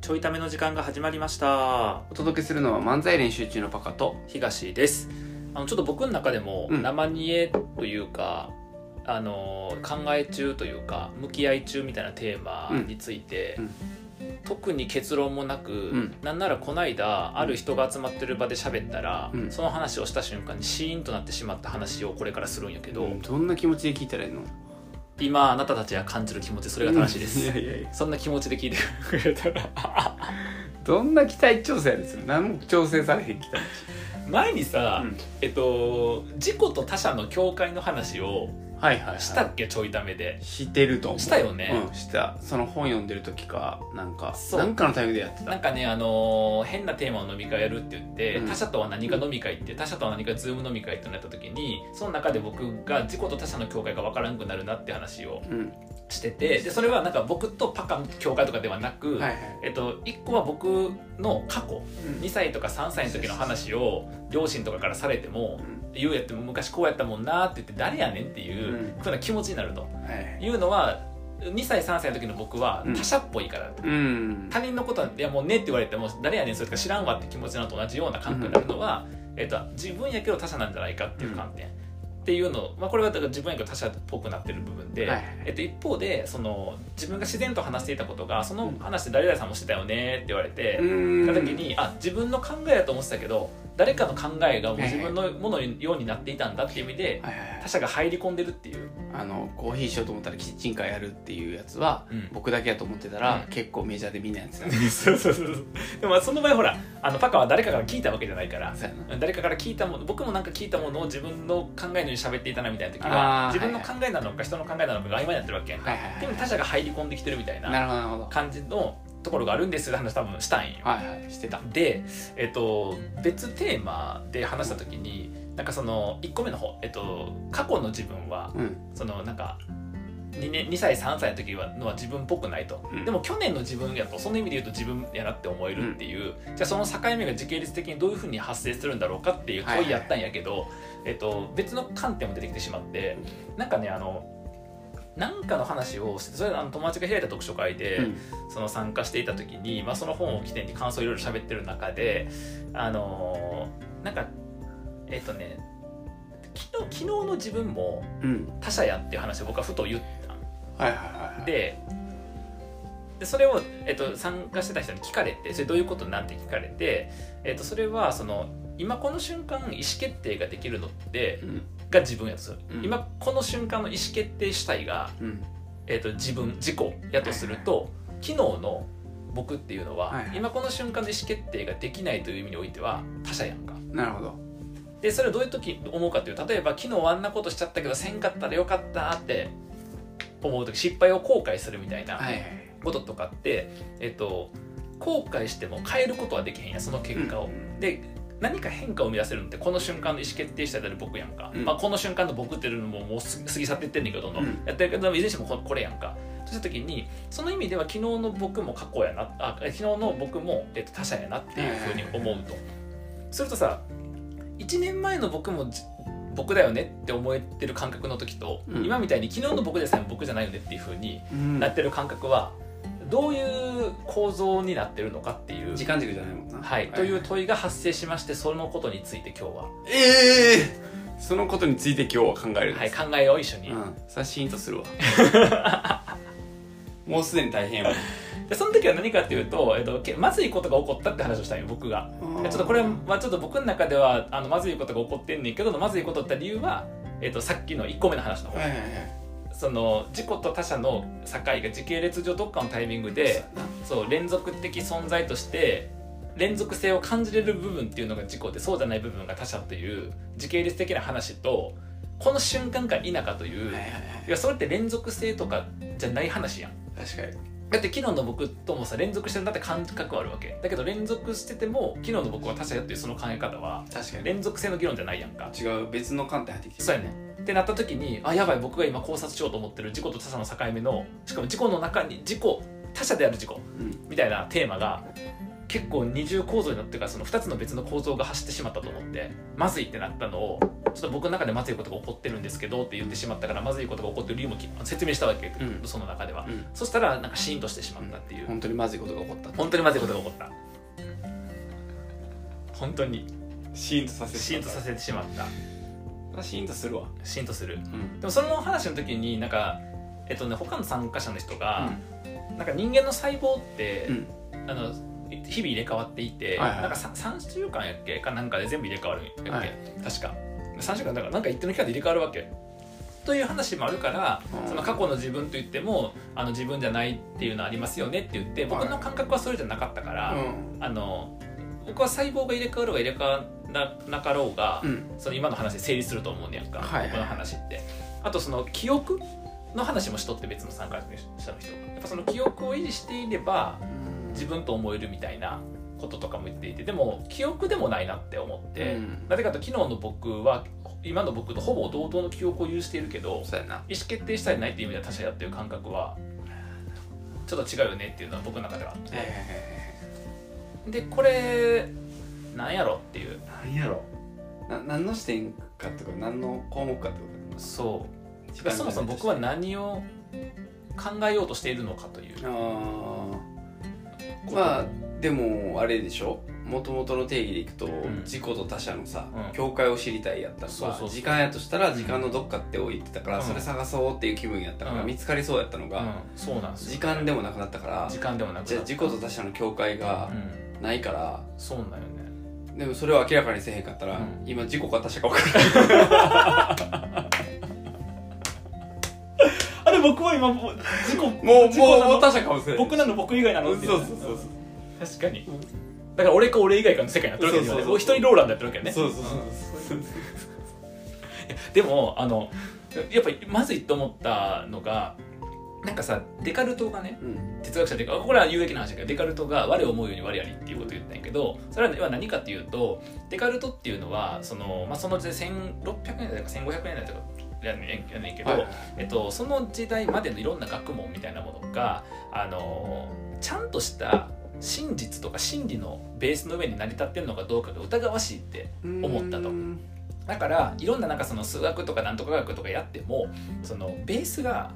ちょいための時間が始まりましたお届けするのは漫才練習中のパカと東ですあのちょっと僕の中でもうん生煮えというか、あの考え中というか向き合い中みたいなテーマについて、うん特に結論もなく、んなんならこないだある人が集まってる場で喋ったら、うんその話をした瞬間にシーンとなってしまった話をこれからするんやけど、どんな気持ちで聞いたらいいの今あなたたちが感じる気持ちそれが正しいです、やいやいやそんな気持ちで聞いてくれたら どんな期待調整やですよ何も調整されへん期待前にさ、うんえっと自己と他者の境界の話をはいはい、はい、したっけちょいためでしてると思うしたよねうんしたその本読んでる時かなんかそうなんかのタイミングでやってたなんかねあのー変なテーマの飲み会やるって言って、うん他者とは何か飲み会って他者とは何かズーム飲み会ってなった時にその中で僕が自己と他者の境界が分からなくなるなって話をうんしててでそれはなんか僕とパカの境界とかではなく、はいはいえっと、1個は僕の過去2歳とか3歳の時の話を両親とかからされてもうん「言うやっても昔こうやったもんな」って言って「誰やねん」っていううんふうな気持ちになるとはいはいいうのは2歳3歳の時の僕はうん他者っぽいからとうん他人のことは「いやもうね」って言われても「誰やねんそれ」とか知らんわって気持ちなのと同じような感覚になるのは、えっと、自分やけど他者なんじゃないかっていう観点。っていうのまあ、これはだから自分やけど他者っぽくなってる部分で、はいはいえっと、一方でその自分が自然と話していたことがその話で誰々さんもしてたよねって言われて、うんた時にあ自分の考えだと思ってたけど誰かの考えがもう自分のもののようになっていたんだっていう意味ではいはいはい他者が入り込んでるっていうあのコーヒーしようと思ったらキッチンカーやるっていうやつは、うん僕だけやと思ってたら、うん結構メジャーでみんなやってたそうそうそうそう でもまあその場合ほらあのパカは誰かから聞いたわけじゃないからそうやな誰かから聞いたもの僕もなんか聞いたものを自分の考えのように喋っていたなみたいな時はあー自分の考えなのか人の考えなのかが曖昧になってるわけやんか、はいはいではも他者が入り込んできてるみたいいななるほどなるほど感じのところがあるんですって話多分したんよはいはいしてたで、えっと、別テーマで話した時になんかその1個目の方、えっと、過去の自分はうんそのなんか 2, 年2歳3歳の時はのは自分っぽくないと、うんでも去年の自分やとその意味で言うと自分やなって思えるっていう、じゃあその境目が時系列的にどういうふうに発生するんだろうかっていう問いやったんやけど、えっと、別の観点も出てきてしまってなんかねあのなんかの話をしてそれあの友達が開いた読書会で、うんその参加していた時に、まあ、その本を起点に感想をいろいろ喋ってる中であのーなんかえっ、とね昨日昨日の自分もうん他者やっていう話を僕はふと言ったんはいはいはいはいででそれを、えっと参加してた人に聞かれてそれどういうことなんて聞かれて、えっとそれはその今この瞬間意思決定ができるのってうんが自分やとする、うん今この瞬間の意思決定主体がうんえー、と自分自己やとすると機能の僕っていうのは、はいはい今この瞬間の意思決定ができないという意味においては他者やんか。なるほどでそれをどういう時思うかというと例えば昨日あんなことしちゃったけどせんかったらよかったって思う時失敗を後悔するみたいなはいはいこととかって、えっと後悔しても変えることはできへんやその結果を。うんで何か変化を生み出せるのってこの瞬間の意思決定したり僕やんか、うんまあ、この瞬間の僕っていうのももう過ぎ去ってってんねんけどどんどん、うんやってるけどいずれにしてもここれやんかそうした時にその意味では昨日の僕も過去やなあ昨日の僕も、えっと、他者やなっていうふうに思うと、するとさ1年前の僕もじ僕だよねって思えてる感覚の時と、うん今みたいに昨日の僕でさえも僕じゃないよねっていうふうにうんなってる感覚はどういう構造になってるのかっていう時間軸じゃないもんなはい、という問いが発生しましてそのことについて今日は、ええそのことについて今日は考えるんはでい、す、考えよう一緒に、うんそれはシーンとするわ もうすでに大変やわでその時は何かっていうと、えっと、けまずいことが起こったって話をしたんよ僕がちょちょっとこれはちょっと僕の中ではあのまずいことが起こってんねんけどまずいことって理由は、えっと、さっきの1個目の話の方、はいはいはいその自己と他者の境が時系列上どっかのタイミングでそう連続的存在として連続性を感じれる部分っていうのが自己でそうじゃない部分が他者という時系列的な話とこの瞬間か否かという、はいはいはいいやそれって連続性とかじゃない話やん確かにだって昨日の僕ともさ連続してるんだって感覚はあるわけだけど連続してても昨日の僕は他者やっていうその考え方は確かに連続性の議論じゃないやんか違う別の観点入ってきてそうやねんってなった時にあやばい僕が今考察しようと思ってる自己と他者の境目のしかも自己の中に自己他者である自己うんみたいなテーマが結構二重構造になってからその2つの別の構造が走ってしまったと思ってまずいってなったのをちょっと僕の中でまずいことが起こってるんですけどって言ってしまったからまずいことが起こってる理由もき説明したわけ、うんその中では、うんそしたらなんかシーンとしてしまったっていう、本当にまずいことが起こった本当にまずいことが起こった本当にシーンとさせてシーンとさせせてしまったシーンとするわシーンとするうんでもその話の時になんかえっとね他の参加者の人が、なんか人間の細胞って、うんあの日々入れ替わっていて、はいはいなんかさ3週間やっけかなんかで全部入れ替わるんやっけ、はい確か3週間だからなんか一定の期間で入れ替わるわけという話もあるから、うんその過去の自分と言ってもあの自分じゃないっていうのありますよねって言って僕の感覚はそれじゃなかったから、うんあの僕は細胞が入れ替わろうが入れ替わらなかろうが、うんその今の話で成立すると思うねやんか、はいはいこの話ってあとその記憶の話もしとって別の参加者の人がやっぱその記憶を維持していれば自分と思えるみたいなこととかも言っていてでも記憶でもないなって思って、うんなぜかというと昨日の僕は今の僕とほぼ同等の記憶を有しているけどそうやな意思決定したりないっていう意味では他者やっていう感覚はちょっと違うよねっていうのは僕の中ではあって、えでこれなんやろっていうえ何やろな何の視点かとか何の項目かってことそうかそもそも僕は何を考えようとしているのかというあーまあでもあれでしょもともとの定義でいくと、ん自己と他者のさ、うん境界を知りたいやったのそうがそうそう時間やとしたら時間のどっかって置いてたから、うんそれ探そうっていう気分やったから、うん見つかりそうやったのうが、ん、そうなんですよ時間でもなくなったから時間でもなくじゃあ自己と他者の境界うがんないから、そうなんよねでもそれを明らかにせえへんかったら、うん今自己か他者か分からないあれ僕は今もう自己もう自己なのもう他者かもしれな い僕なの僕以外なのそっうてそうそうそう確かにだから俺か俺以外かの世界になってるわけですよねそうそう一そう人ローランドやってるわけよねそうそうそうでもあのやっぱりまずいと思ったのがなんかさデカルトがねうん哲学者でこれは有益な話だけどデカルトが我を思うように我ありっていうことを言ったんやけどそれは要は何かっていうとデカルトっていうのはその,、まあ、その時代1600年代とか1500年代とかやねんやねんけど、はいはいえっと、その時代までのいろんな学問みたいなものがあのちゃんとした真実とか真理のベースの上に成り立ってるのかどうかが疑わしいって思ったとうんだからいろんななんかその数学とかなんとか学とかやってもそのベースが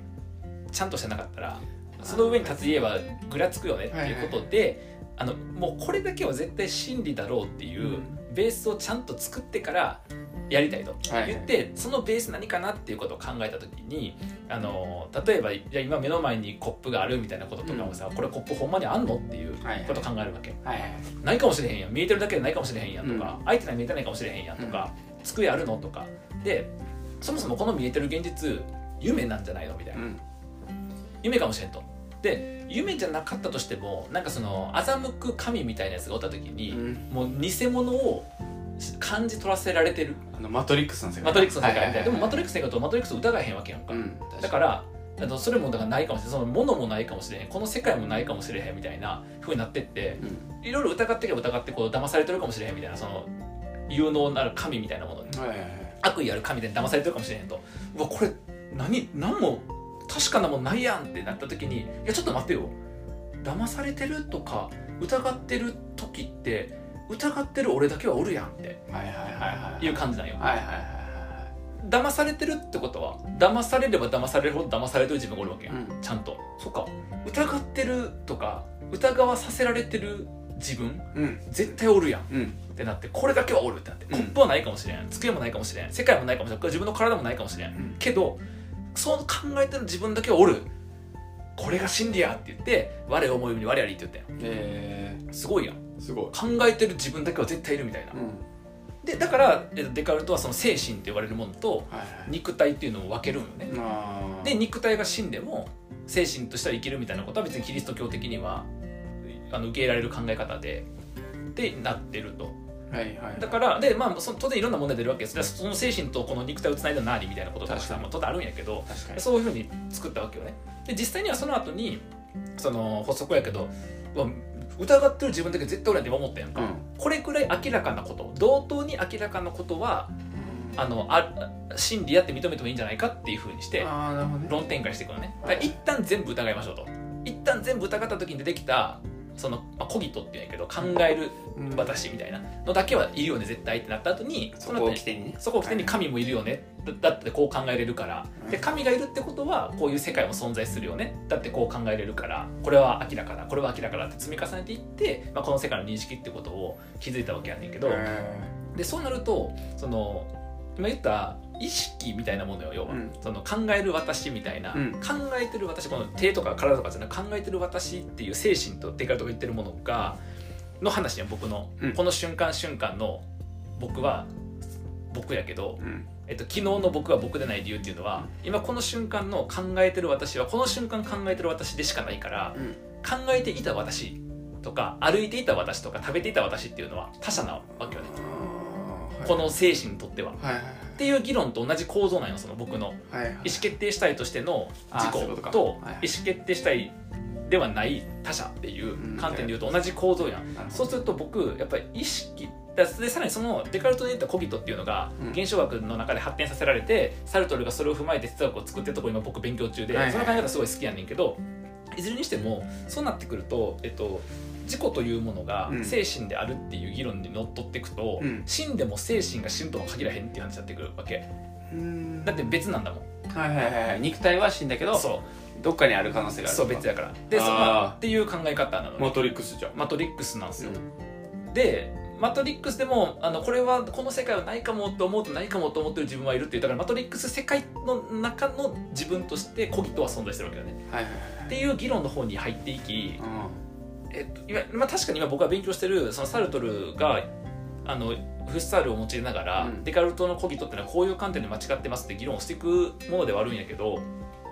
ちゃんとしてなかったらその上に立つ家はぐらつくよねっていうことで、あのもうこれだけは絶対真理だろうっていううんベースをちゃんと作ってからやりたいとはいはい言って、そのベース何かなっていうことを考えた時にあの例えばじゃあ今目の前にコップがあるみたいなこととかもさ、これコップほんまにあんのっていうはいはいことを考えるわけ。はいはいないかもしれへんやん見えてるだけでないかもしれへんやんとか、相手が見えてないかもしれへんやんとか、机あるのとかでそもそもこの見えてる現実夢なんじゃないのみたいうな、ん夢かもしれんとで夢じゃなかったとしてもなんかその欺く神みたいなやつがおった時に、うんもう偽物を感じ取らせられてるあのマトリックスの世界マトリックスの世界みたいな、でもマトリッリックスの世界だとマトリックスを疑えへんわけやんか、うんだからあのそれもだからないかもしれないその物もないかもしれへんこの世界もないかもしれへんみたいなふうになってって、うんいろいろ疑ってけば疑ってこう騙されてるかもしれへんみたいなその有能なる神みたいなものにはいはいはい悪意ある神みたいに騙されてるかもしれへんとうわこれ何何も確かなもんないやんってなった時にいやちょっと待ってよ騙されてるとか疑ってる時って疑ってる俺だけはおるやんってはいはいはいはいいう感じなんよはいはいはいは騙されてるってことは騙されれば騙されるほど騙されてる自分がおるわけやん、うんちゃんとそっか疑ってるとか疑わさせられてる自分いうん絶対おるやんうんってなってこれだけはおるってなってコんップはないかもしれん、机もないかもしれん世界もないかもしれん自分の体もないかもしれん、んけどそう考えてる自分だけはおるこれが真理やって言って我を思うように我ありって言ったよえすごいやんー、すごい、考えてる自分だけは絶対いるみたいな、うんでだからえっとデカルトはその精神って言われるものとはいはい肉体っていうのを分けるんよね、あーで肉体が死んでも精神としては生きるみたいなことは別にキリスト教的にはあの受け入れられる考え方でってなってるとはいはいだからで、まあ、その当然いろんな問題出るわけですでその精神とこの肉体をつないだなりみたいなこととか確かさ、にまあ、当然あるんやけど確かにそういうふうに作ったわけよねで実際にはその後にその補足やけどうわ疑ってる自分だけ絶対俺やって今思ったやんか、うんこれくらい明らかなこと同等に明らかなことはあのあ真理やって認めてもいいんじゃないかっていうふうにしてあーなるほどね論展開していくのねだから一旦全部疑いましょうと一旦全部疑った時に出てきたその、まあ、コギトっていうんやけど考えるうん私みたいなのだけはいるよね絶対ってなった後にそのこ後をに起点にねそこを起点に神もいるよねだだってこう考えれるからうんで神がいるってことはこういう世界も存在するよねだってこう考えれるからこれは明らかだこれは明らかだって積み重ねていって、まあ、この世界の認識ってことを気づいたわけやねんけどうんでそうなるとその今言った意識みたいなものよ要は、うんその考える私みたいな、うん考えてる私この手とか体とかじゃなく考えてる私っていう精神とデカルトが言ってるものがの話や僕の、うんこの瞬間瞬間の僕は僕やけど、うんえっと、昨日の僕は僕でない理由っていうのは今この瞬間の考えてる私はこの瞬間考えてる私でしかないからうん考えていた私とか歩いていた私とか食べていた私っていうのは他者なわけよねあーはいこの精神にとっては。っはいはいていう議論と同じ構造なんよその僕のはいはいはい意思決定主体としてのあー自己そういうことかと意思はいはい決定主体ではない他者っていう観点でいうと同じ構造やんなるほどそうすると僕やっぱり意識だでさらにそのデカルトで言ったコギトっていうのがうん現象学の中で発展させられてサルトルがそれを踏まえて哲学を作ってるとこ今僕勉強中ではいはいその考え方すごい好きやねんけどいずれにしてもそうなってくるとえっと自己というものがうん精神であるっていう議論にのっとっていくと、うん死んでも精神が死ぬとも限らへんっていう話になってくるわけうんだって別なんだもんはいはいはいはい肉体は死んだけどそうどっかにある可能性があるそう別やからでそあーまあっていう考え方なのねマトリックスじゃんマトリックスなんですよ、でマトリックスでもあのこれはこの世界はないかもと思うとないかもと思ってる自分はいるっていうだからマトリックス世界の中の自分としてコギトは存在してるわけだねはいはいっていう議論の方に入っていき、はいえっと今まあ、確かに今僕が勉強してるそのサルトルがあのフッサールを用いながら、うんデカルトのコギトってのはこういう観点で間違ってますって議論をしていくものではあるんやけど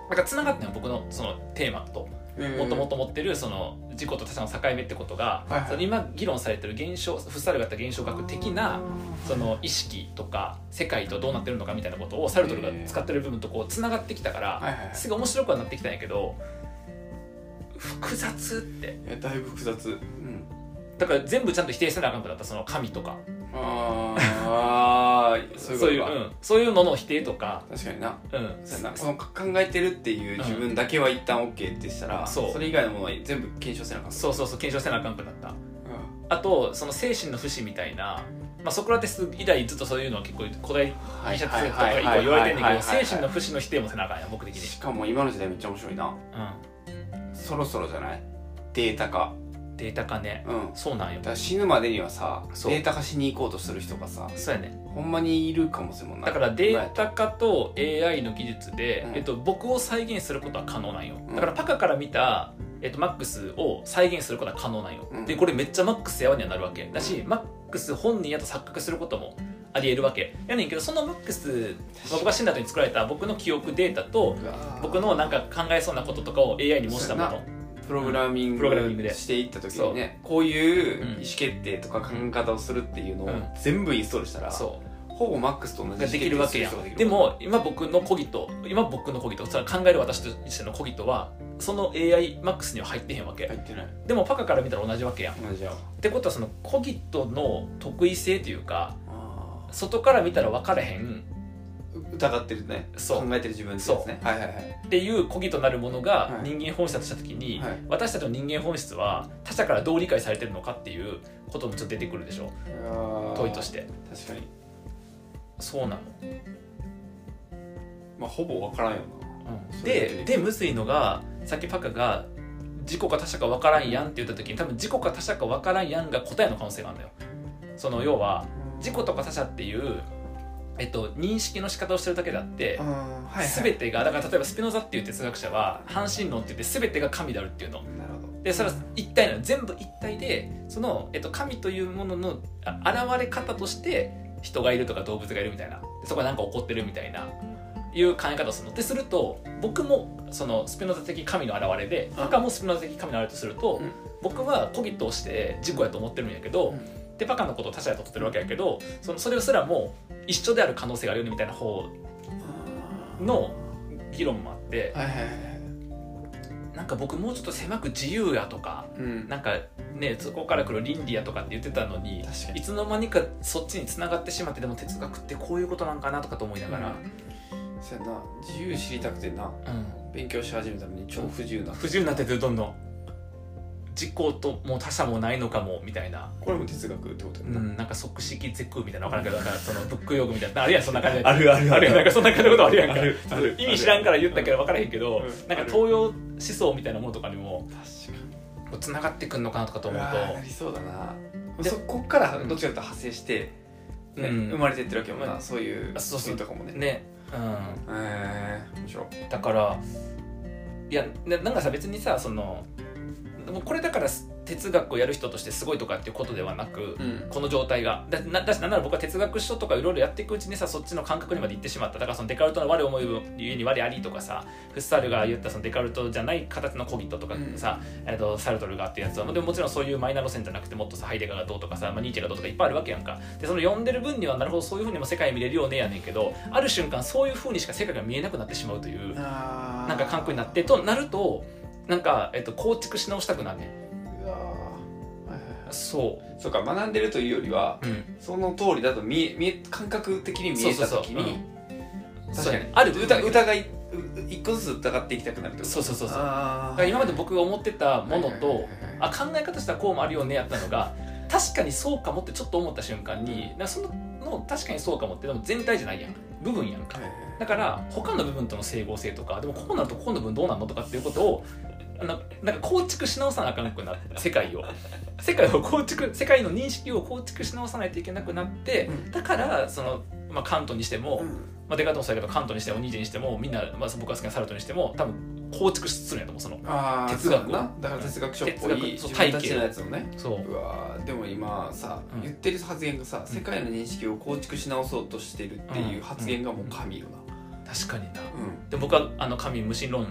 なんかつながってんの僕のそのテーマと。うんもともと持ってるその自己と他者の境目ってことが、はいはいその今議論されてる現象フッサールがあった現象学的なその意識とか世界とどうなってるのかみたいなことをサルトルが使ってる部分とこうつながってきたから、はいはいはいすごい面白くはなってきたんやけど複雑っていやだいぶ複雑うんだから全部ちゃんと否定せなあかんくなったその神とかあーあーそうそういいううことかうんそういうのの否定とか、確かになうん、そうやなその考えてるっていう自分だけは一旦 OK ってしたら、そうれ以外のものは全部検証せなあかったそうそうそう検証せなあかんくなった。あとその精神の不死みたいな、まあ、ソクラテス以来ずっとそういうのは結構古代医者とか以降言われてんだけど精神の不死の否定もせなあかんやん僕的に、しかも今の時代めっちゃ面白いなそろそろじゃないデータ化うん、データ化ねうんだそうなんよから死ぬまでにはさそうデータ化しに行こうとする人がさそうやねほんまにいるかもしれんもんなだからデータ化と AI の技術で、うんえっと、僕を再現することは可能なんようんだからパカから見た、えっと、マックスを再現することは可能なんよ、うんでこれめっちゃマックスやわにはなるわけだしマックス本人やと錯覚することもありえるわけやねんけどそのマックス僕が死んだ後に作られた僕の記憶データとうわー僕のなんか考えそうなこととかを AI に模したもそうのやプログラミンプログラミンググでしていった時にねこういううん意思決定とか考え方をするっていうのをうん全部インストールしたら、そほぼマックスと同うじができるわけや意思ん決で定することがも今僕のコギト今僕のコギトその考える私としてのコギトはその AI マックスには入ってへんわけできる入ってでもパカから見たら同じわけやんっない同じやわてことはそのコギトの特異性というかあ外から見たら分からへんー疑ってるねそう考えてる自分ってやつねはいはいはいっていうコギとなるものがはい人間本質だとした時に、はい私たちの人間本質は他者からどう理解されてるのかっていうこともちょっと出てくるでしょ問いとしてて確かにそうなのまあほぼ分からんよででむずいのがさっきパカが「自己か他者か分からんやん」って言った時に多分「自己か他者か分からんやん」が答えの可能性があるんだよ。その要は自己とか他者っていう、えっと、認識の仕方をしてるだけであってな、あーはいはい全てがだから例えばスピノザっていう哲学者は半神論って言って全てが神であるっていうの。なるほどでそれは一体なの全部一体でその、えっと、神というもののあ現れ方として人がいるとか動物がいるみたいなでそこは何か起こってるみたいないう考え方をするのってすると僕もそのスピノザ的神の現れでパカもスピノザ的神の現れとすると、うん僕はコギとして自己やと思ってるんやけど、うんでパカのことを他者やと思ってるわけやけどそのそれすらも一緒である可能性があるよねみたいな方の議論もあってはいはいはいはいなんか僕もうちょっと狭く自由やとかうんなんかねそこから来る倫理やとかって言ってたのに確かいつの間にかそっちに繋がってしまってでも哲学ってこういうことなんかなとかと思いながら、そうやな自由知りたくてなうん 勉強し始めたのに超不自由な不自由になっててどんどん自己ともう他者もないのかもみたいな、これも哲学ってことうやな、ん、なんか即式是空みたいな分からんけどなんかそのブック用語みたいなあるやんそんな感じであるあるあるやんなんかそんな感じのことあるやんかあるある意味知らんから言ったけど分からへんけど、うんなんかある東洋思想みたいなものとかにも確かにつながってくんのかなとかと思うわーなとりそうだなでそこからどっちかというと派生して、ねうん生まれてってるわけやもんな、うんそういうあそうそうシーンとかもねね、うえー、面白いん、だからいやななんかさ別にさそのもうこれだから哲学をやる人としてすごいとかっていうことではなく、うんこの状態がだなだしなんなら僕は哲学書とかいろいろやっていくうちにさそっちの感覚にまで行ってしまっただからそのデカルトの我思いゆに我ありとかさフッサールが言ったそのデカルトじゃない形のコギットとかさ、えっとサルトルがってやつはでももちろんそういうマイナー路線じゃなくてもっとさハイデガーがどうとかさ、まあ、ニーチェがどうとかいっぱいあるわけやんかでその読んでる分にはなるほどそういうふうにも世界見れるよねやねんけどある瞬間そういうふうにしか世界が見えなくなってしまうというななんか感覚になってとなるとなんか、えっと構築し直したくなんねんうわーはいはいはいそそうか学んでるというよりはう、うん、その通りだと見え見え感覚的に見えた時にそうや確ねかあるに疑疑いう一個ずつ疑っていきたくなるってことそうそうそうそうあだーから今まで僕が思ってたものはいはいとはいはいあ考え方としてはこうもあるよねやったのが確かにそうかもってちょっと思った瞬間になんかそのの確かにそうかもってでも全体じゃないやん部分やんかはいはいだから他の部分との整合性とかでもこうなるとここの部分どうなのとかっていうことをななんか構築し直さなあかんくな って世界を世界を構築世界の認識を構築し直さないといけなくなってうんだからその、まあ、カントにしても、うんまあ、デカートもそうやけどカントにしてもニーチェにしてもみんな、まあ、僕が好きなサルトにしても多分構築するんやと思うそのあー哲学をそうだなだから哲学書っぽい哲学そう自分たちのやつをねそううわーでも今さ、うん言ってる発言がさうん世界の認識を構築し直そうとしてるっていう発言がもう神よな、確かになうんで僕はあの神無神論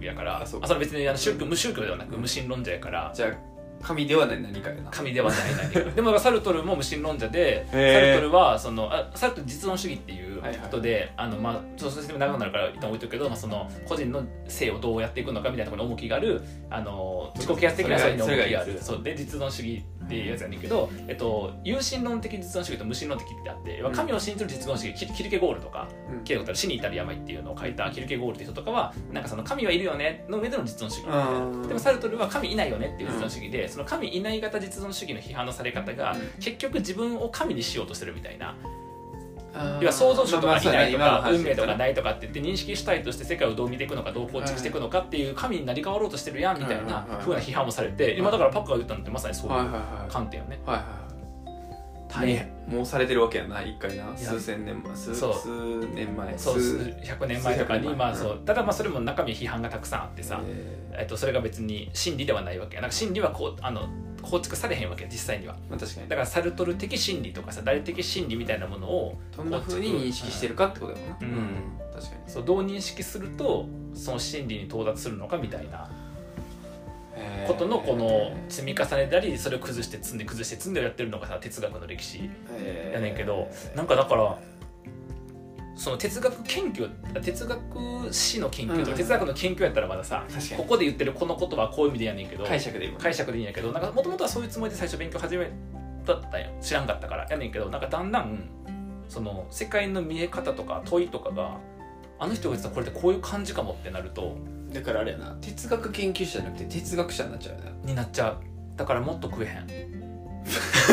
やからああそそうれ別にあの宗教無宗教ではなくうん無神論者やからじゃあ神ではない何かやな神ではない何か でもサルトルも無神論者でサへールトルはそのあサルトル実存主義っていうはいはいことであのまあそうそうしても長くなるから一旦置いとくけど、まあ、その個人の性をどうやっていくのかみたいなところに重きがあるあの自己啓発的なそそういれうがの重きがあそれがいいでるすそうで実存主義っていうやつやねんけど、えっと、有神論的実存主義と無神論的ってあって要は神を信じる実存主義キルキルケゴールとかうんケイゴたる死に至る病っていうのを書いたキルケゴールって人とかはなんかその神はいるよねの上での実存主義みたいなうんでもサルトルは神いないよねっていう実存主義で、その神いない型実存主義の批判のされ方が、うん結局自分を神にしようとしてるみたいな、あー要は創造主とかまあまあいそうやないと今のか話運命とやかったないとかって言って認識主体として世界をどう見ていくのかどう構築していくのかっていう神になり変わろうとしてるやんみたいうんうんうんな風な批判もされて今だからパックが言ったのってまさにそうはいいはいうはい観点よね。はいはいはい大変もうもうされてるわけやな一回ないや数千年前数そう数年前そう数100年前とか数百年に前まあそうただまあそれも中身批判がたくさんあってさ、ええっと、それが別に真理ではないわけやなんか真理はこうあの構築されへんわけ実際にはーまあ確かにだからサルトル的真理とかさ誰的真理みたいなものをどんな風に認識してるかってことだもんなうん確かにそうどう認識するとその真理に到達するのかみたいなへーことのこの積み重ねたりそれを崩して積んで崩して積んでをやってるのがさ哲学の歴史へーやねんけどなんかだからその哲学研究哲学史の研究とうんか哲学の研究やったらまださ確かこにこで言ってるこの言葉はこういう意味でやねんけど解釈で今解釈でいいんやけどなんかもともとはそういうつもりで最初勉強始めたったんや知らんかったからやねんけどなんかだんだんその世界の見え方とか問いとかがあの人が言ってたこれってこういう感じかもってなるとだからあれやな哲学研究者じゃなくて哲学者になっちゃうよなになっちゃうだからもっと食えへ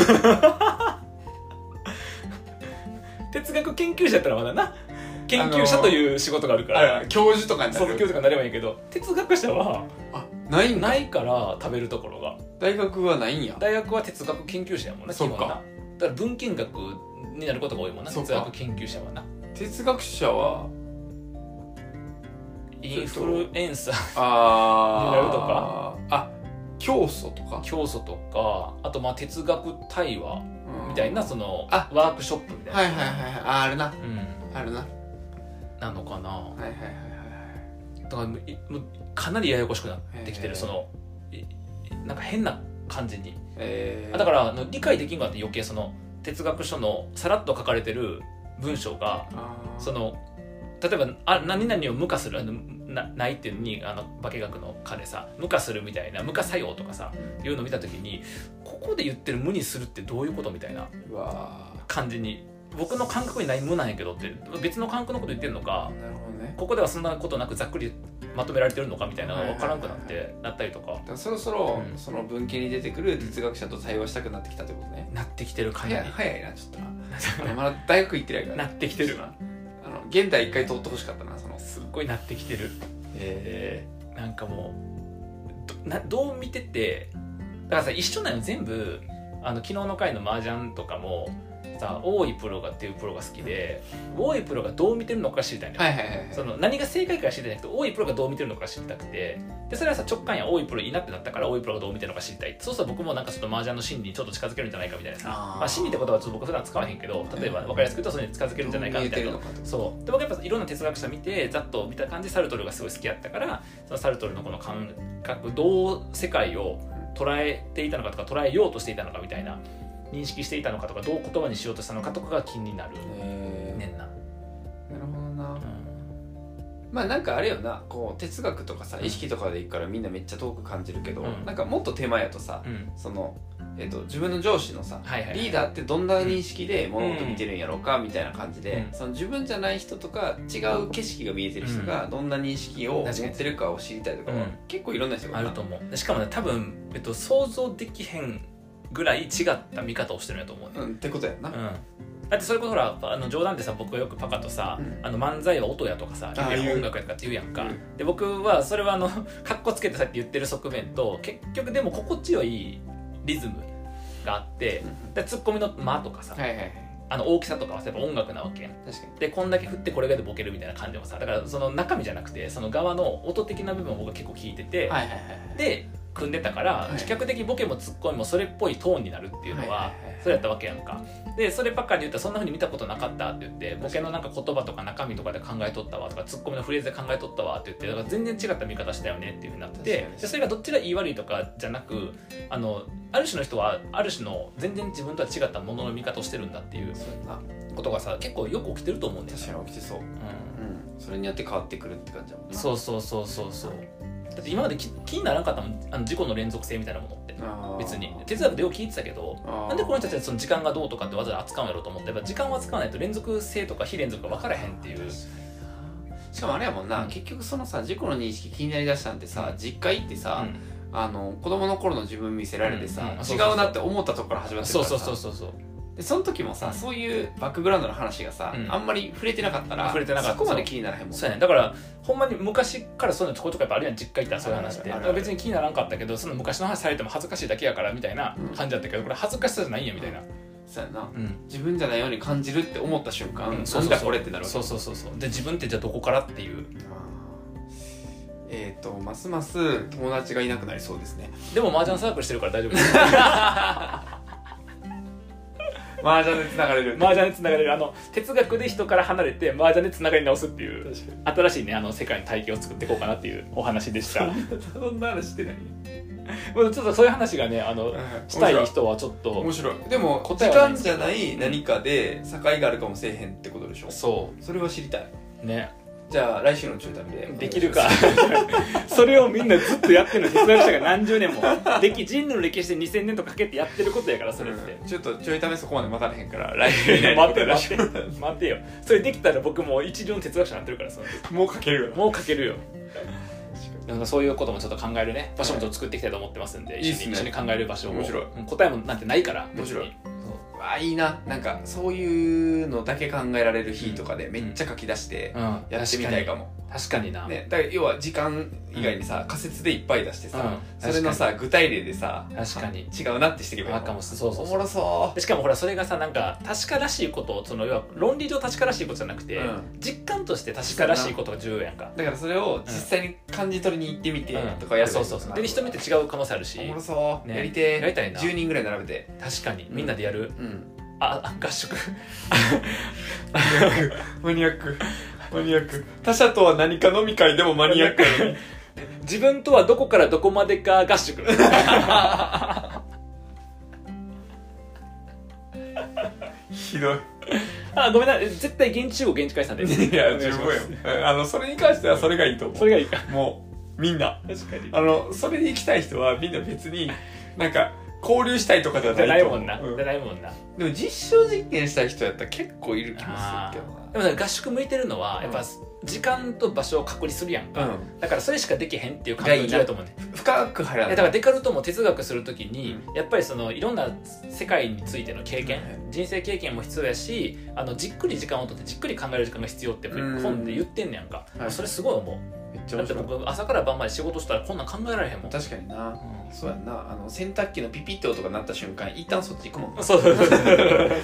ん 哲学研究者やったらまだな研究者という仕事があるから、あ教授とかになそるの教とかなればいいけど哲学者はあないんだないから食べるところが大学はないんや大学は哲学研究者やもんな基そっ本かなだから文献学になることが多いもんなそっか哲学研究者はな哲学者はインフルエンサーあー狙うとかあ教祖とか、教祖とかあとまあ哲学対話みたいななそのあワークショップみたいな、はいはいはいはいああるうなん、あるなはなのかないはいはいはいだからもういもうかなりややこしくなってきてへーるそのいなんか変な感じにえー、あだからあの理解できんかって余計その哲学書のさらっと書かれてる文章があーその例えばあ何々を無化するあのなないっていうのにあの化学の科でさ無化するみたいな無化作用とかさいうのを見た時にここで言ってる無にするってどういうことみたいなうわ感じに僕の感覚にない無なんやけどって別の感覚のこと言ってんのかなるほどねここではそんなことなくざっくりまとめられてるのかみたいなのが分からんくなってなったりとかだからそろそろ、うんその文献に出てくる哲学者と対話したくなってきたってことね、なってきてるか早ないり早いなちょっとなあのまだ大学行ってないからなってきてるなあの現代一回通ってほしかったなそのすっごいなってきてるえーなんかもうどなどう見ててだからさ一緒なの全部あの昨日の回の麻雀とかもさ大井プロがっていうプロが好きで大井プロがどう見てるのか知りたいのよはいはいはいその何が正解か知りたいんじゃなくて多いプロがどう見てるのか知りたくてでそれはさ直感や多いプロいいなってなったから多いプロがどう見てるのか知りたいそうすると僕もなんかちょっと麻雀の心理にちょっと近づけるんじゃないかみたいなさあーまあ、心理って言葉はちょっと僕普段使わへんけど例えば分かりやすく言うとそれに近づけるんじゃないかみたいなどう見えてるのかとそうで僕やっぱいろんな哲学者見てざっと見た感じサルトルがすごい好きやったからそのサルトルのこの感覚どう世界を捉えていたのかとか捉えようとしていたのかみたいな認識していたのかとかどう言葉にしようとしたのかとかが気になるえねんな。ーなるほどな、うんまあなんかあれよなこう哲学とかさうん意識とかでいくからみんなめっちゃ遠く感じるけど、うんなんかもっと手前やとさ、うんその、えっと自分の上司のさ、はいはいはいリーダーってどんな認識で物事見てるんやろうかみたいな感じで、うんその自分じゃない人とか違う景色が見えてる人がどんな認識を持ってるかを知りたいとかは、うん結構いろんな人があると思うでしかもね多分、えっと、想像できへんぐらい違った見方をしてるんやと思うね、うん、ってことやんな、うんだってそれこそほらあの冗談でさ僕よくパカとさ、うんあの漫才は音やとかさあー言うやん言う音楽やとかって言うやんか、うんで僕はそれはあの かっこつけてさって言ってる側面と結局でも心地よいリズムがあってうんでツッコミの間とかさ、はいはいはいあの大きさとかはさやっぱ音楽なわけやん確かにでこんだけ振ってこれぐらいでボケるみたいな感じもさだからその中身じゃなくてその側の音的な部分を僕は結構聞いてて、はいはいはいで組んでたからはい比較的ボケもツッコミもそれっぽいトーンになるっていうのはいははいはいそれやったわけやんかでそればっかり言ったらそんなふうに見たことなかったって言ってボケのなんか言葉とか中身とかで考えとったわとかツッコミのフレーズで考えとったわって言ってだから全然違った見方したよねっていうふうになって確てかにでそれがどっちが言い悪いとかじゃなくあのある種の人はある種の全然自分とは違ったものの見方をしてるんだっていうそうやなことがさ結構よく起きてると思うんだよ確ねかに起きてそう、うんうん、それによって変わってくるって感じだもんなそうそうそうそうそうだって今までき気にならなかったもんあの事故の連続性みたいなものってあー別に哲学でよく聞いてたけどあーなんでこの人たちはその時間がどうとかってわざわざ扱うんやろうと思ってやっぱ時間を扱わないと連続性とか非連続が分からへんっていう確かになしかもあれやもんな、うん結局そのさ事故の認識気になりだしたんってさ、実家行ってさ、うあの子供の頃の自分見せられてさ、うんうん違うなって思ったところから始まんってそるうからそさうそうそうそうでその時もさそういうバックグラウンドの話がさ、うんあんまり触れてなかったら触れてなかったそこまで気にならへんもんそうやねだからほんまに昔からそういうのちょこちょこやっぱあるやん実家行ったらそういう話ってあるあるだから別に気にならんかったけどその昔の話されても恥ずかしいだけやからみたいな感じだったけどこれ恥ずかしさじゃないんやみたいなそうやなうん自分じゃないように感じるって思った瞬間、うんなんだこれってなるわけそうそうそうそうで自分ってじゃあどこからっていうあーえっ、とますます友達がいなくなりそうですねでも麻雀サークルしてるから大丈夫です 麻雀でつながれ る麻雀でつながれるあの哲学で人から離れて麻雀でつながり直すっていう確か新しいねあの世界の体系を作っていこうかなっていうお話でしたもにそんな話してないうちょっとそういう話がねあのんしたい人はちょっと面白いでも答時えはない間じゃない何かで境があるかもしれへんってことでしょそそれは知りたいうねじゃあ来週の中旅でできるかそれをみんなずっとやってるの哲学者が何十 年もでき人類の歴史で2000年とかけてやってることやからそれって、ちょっとちょいためそこまで待たれへんから来週 待って待って待ってよそれできたら僕もう一流の哲学者になってるからその時もうかけるよもう書けるよなんかそういうこともちょっと考えるね場所もちょっと作っていきたいと思ってますんで、いいっ一す緒ねに一緒に考える場所を面白いうん答えもなんてないから面白い別にそうわあいいななんかそういうのだけ考えられる日とかでめっちゃ書き出してうん、やってみたいかも、確かにな、ね、だから要は時間以外にさ、仮説でいっぱい出してうさ、ん、それのさ具体例でさ確かに違うなってしていけばいいあのかもしれそうそうおそもうろそでしかもほらそれがさなんか確からしいことをその要は論理上確からしいことじゃなくて、うん実感として確からしいことが重要やんかうだからそれを実際に感じ取りに行ってみてうんとかやるそうそうそうで人見て違う可能性あるしおもろそう、ねやりてーやりたいな10人ぐらい並べて確かにみんなでやる、うんああ合宿 マニアックマニアック他者とは何か飲み会でもマニアッ クやのに自分とはどこからどこまでか合宿 ひどいあごめんなえ絶対現地集合現地解散でいやお願十します分よあのそれに関してはそれがいいと思それがいいかうもうみんな確かにあのそれに行きたい人はみんな別になんか交流したいとかではじゃなないいと思もう、んな、うんじゃないもんなでも実証実験したい人やったら結構いる気もするけどなでもだから合宿向いてるのはやっぱ時間と場所を確立するやんか、うんだからそれしかできへんっていう環境だと思うね深くい払やうだからデカルトも哲学するときに、うやっぱりそのいろんな世界についての経験、はい人生経験も必要やしあのじっくり時間をとってじっくり考える時間が必要ってやっぱり本で言ってんねやんか、はいそれすごい思めっうちゃだ面って白い僕朝から晩まで仕事したらこんなん考えられへんもん確かになうんそうやんなあの洗濯機のピピって音が鳴った瞬間一旦そっち行くもん なそうそうそう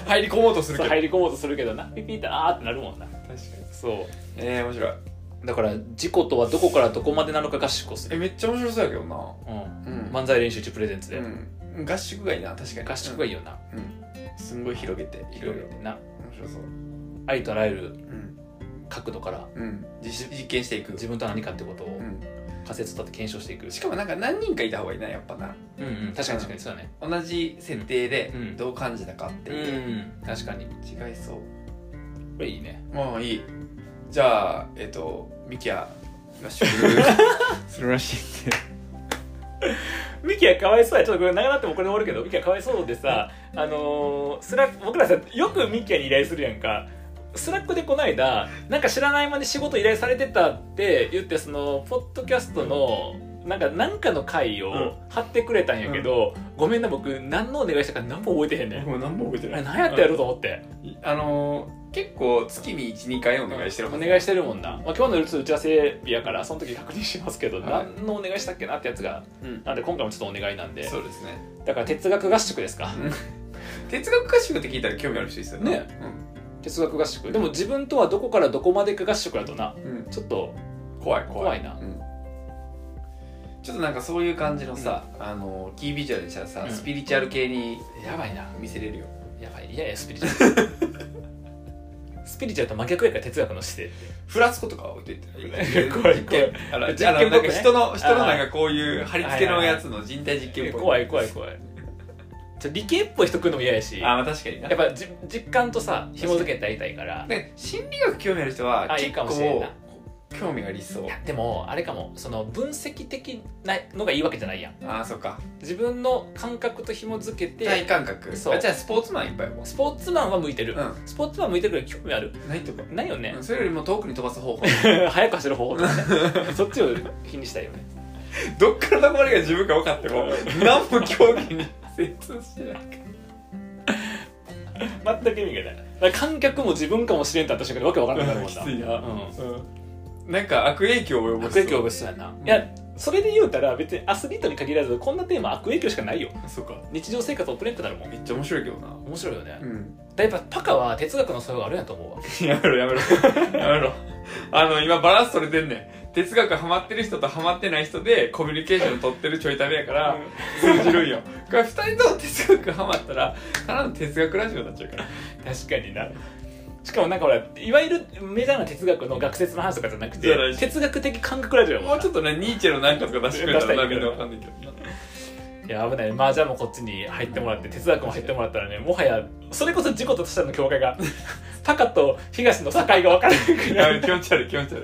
入り込もうとするけど入り込もうとするけどなピピってあーってなるもんな確かにそうえー、面白いだから事故とはどこからどこまでなのか合宿をすえる、めっちゃ面白そうやけどなうん、うん漫才練習中プレゼンツで、うん、合宿がいいな確かに合宿がいい、いよなうん、すんごい広げていろい広ろげてな面白そうありとあらゆるうん、角度からうん、実実験していく、自分とは何かってことをうん、仮説立って検証していくしかもなんか何人かいた方がいいなやっぱなうんうん確かに確かにそうだね同じ設定でうんどう感じたかっていう、うん確かにこ違いそうれいいねまあいいじゃあえっ、とミキヤ合宿 するらしいってミキはかわいそうやちょっとこれ長なってもこれで終わるけどミキはかわいそうでさあのースラック僕らさよくミキヤに依頼するやんかスラックでこないだなんか知らない間に仕事依頼されてたって言ってそのポッドキャストのなんかなんかの回うんを貼ってくれたんやけど、ごめんな僕何のお願いしたか何も覚えてへんねんもう何も覚えてあれ何やったやろうと思って、あのー結構月に12回お願いしてるおはず願いしてるもんな、まあ、今日の打ち合わせ日やからその時確認しますけど、はい何のお願いしたっけなってやつがうんなんで今回もちょっとお願いなんでそうですねだから哲学合宿ですか哲学合宿って聞いたら興味ある人ですよねね哲学合宿でも自分とはどこからどこまでか合宿だとなうん、うんちょっと怖い怖いなうんちょっとなんかそういう感じのさ、あのーキービジュアルにしたらさ、うんスピリチュアル系にやばいな見せれるよやばいいやいやスピリチュア ルスピリチュアルと真逆やから哲学の姿勢ってフラスコとかは置いといたらいいね 怖い実験あら実じゃあ験っぽなんくねか人の人のあーなんかこういう貼り付けのやつの人体実験っぽい怖い怖い怖いちょ理系っぽい人来るのも嫌やしあーやまあ確かになっぱじ実感とさ紐づけてやりたいからね心理学興味ある人はあいい結かもしれん構な興味がありそういやでもあれかもその分析的なのがいいわけじゃないやんああそっか自分の感覚と紐づけて体感覚そうあじゃあスポーツマンいっぱいもスポーツマンは向いてる、うスポーツマン向いてるけど興味あるんないとか、ないよね、うんそれよりも遠くに飛ばす方法 早く走る方法とかねそっちを気にしたいよね どっからどこまでが自分か分かっても何も競技に精通してないか全く意味がないだから観客も自分かもしれんってあった瞬間にわけわからなくなるもんなうんきついなうんら、なんか悪影響を及ぼ悪す影響がそうやな、いやそれで言うたら別にアスリートに限らずこんなテーマ悪影響しかないよそうか日常生活送れんくなるもんめっちゃ面白いけどな面白いよね、うんだやっぱパカは哲学の素養があるんやと思うわやめろ やめろやめろあの今バランス取れてんねん哲学ハマってる人とハマってない人でコミュニケーション取ってるちょい食べやから通じるんよこれ2人とも哲学ハマったらただの哲学ラジオになっちゃうから確かになしかもなんかほらいわゆるメジャーな哲学の学説の話とかじゃなくじてゃないし哲学的感覚ラジオやもんもなうちょっとねニーチェのなんかとか出してくれたらな出みしんたないわけどかんないけどいや危ないマージャンもこっちに入ってもらって哲学も入ってもらったらねもはやそれこそ事故としたの境界がパカと東の境が分からなくな やべる気持ち悪い気持ち悪い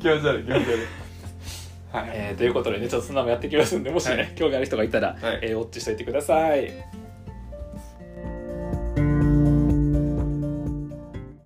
気持ち悪い気持ち悪いはいえーということでねちょっとそんなのもやってきますんでもしね、はい興味ある人がいたら、はいえーウォッチしておいてください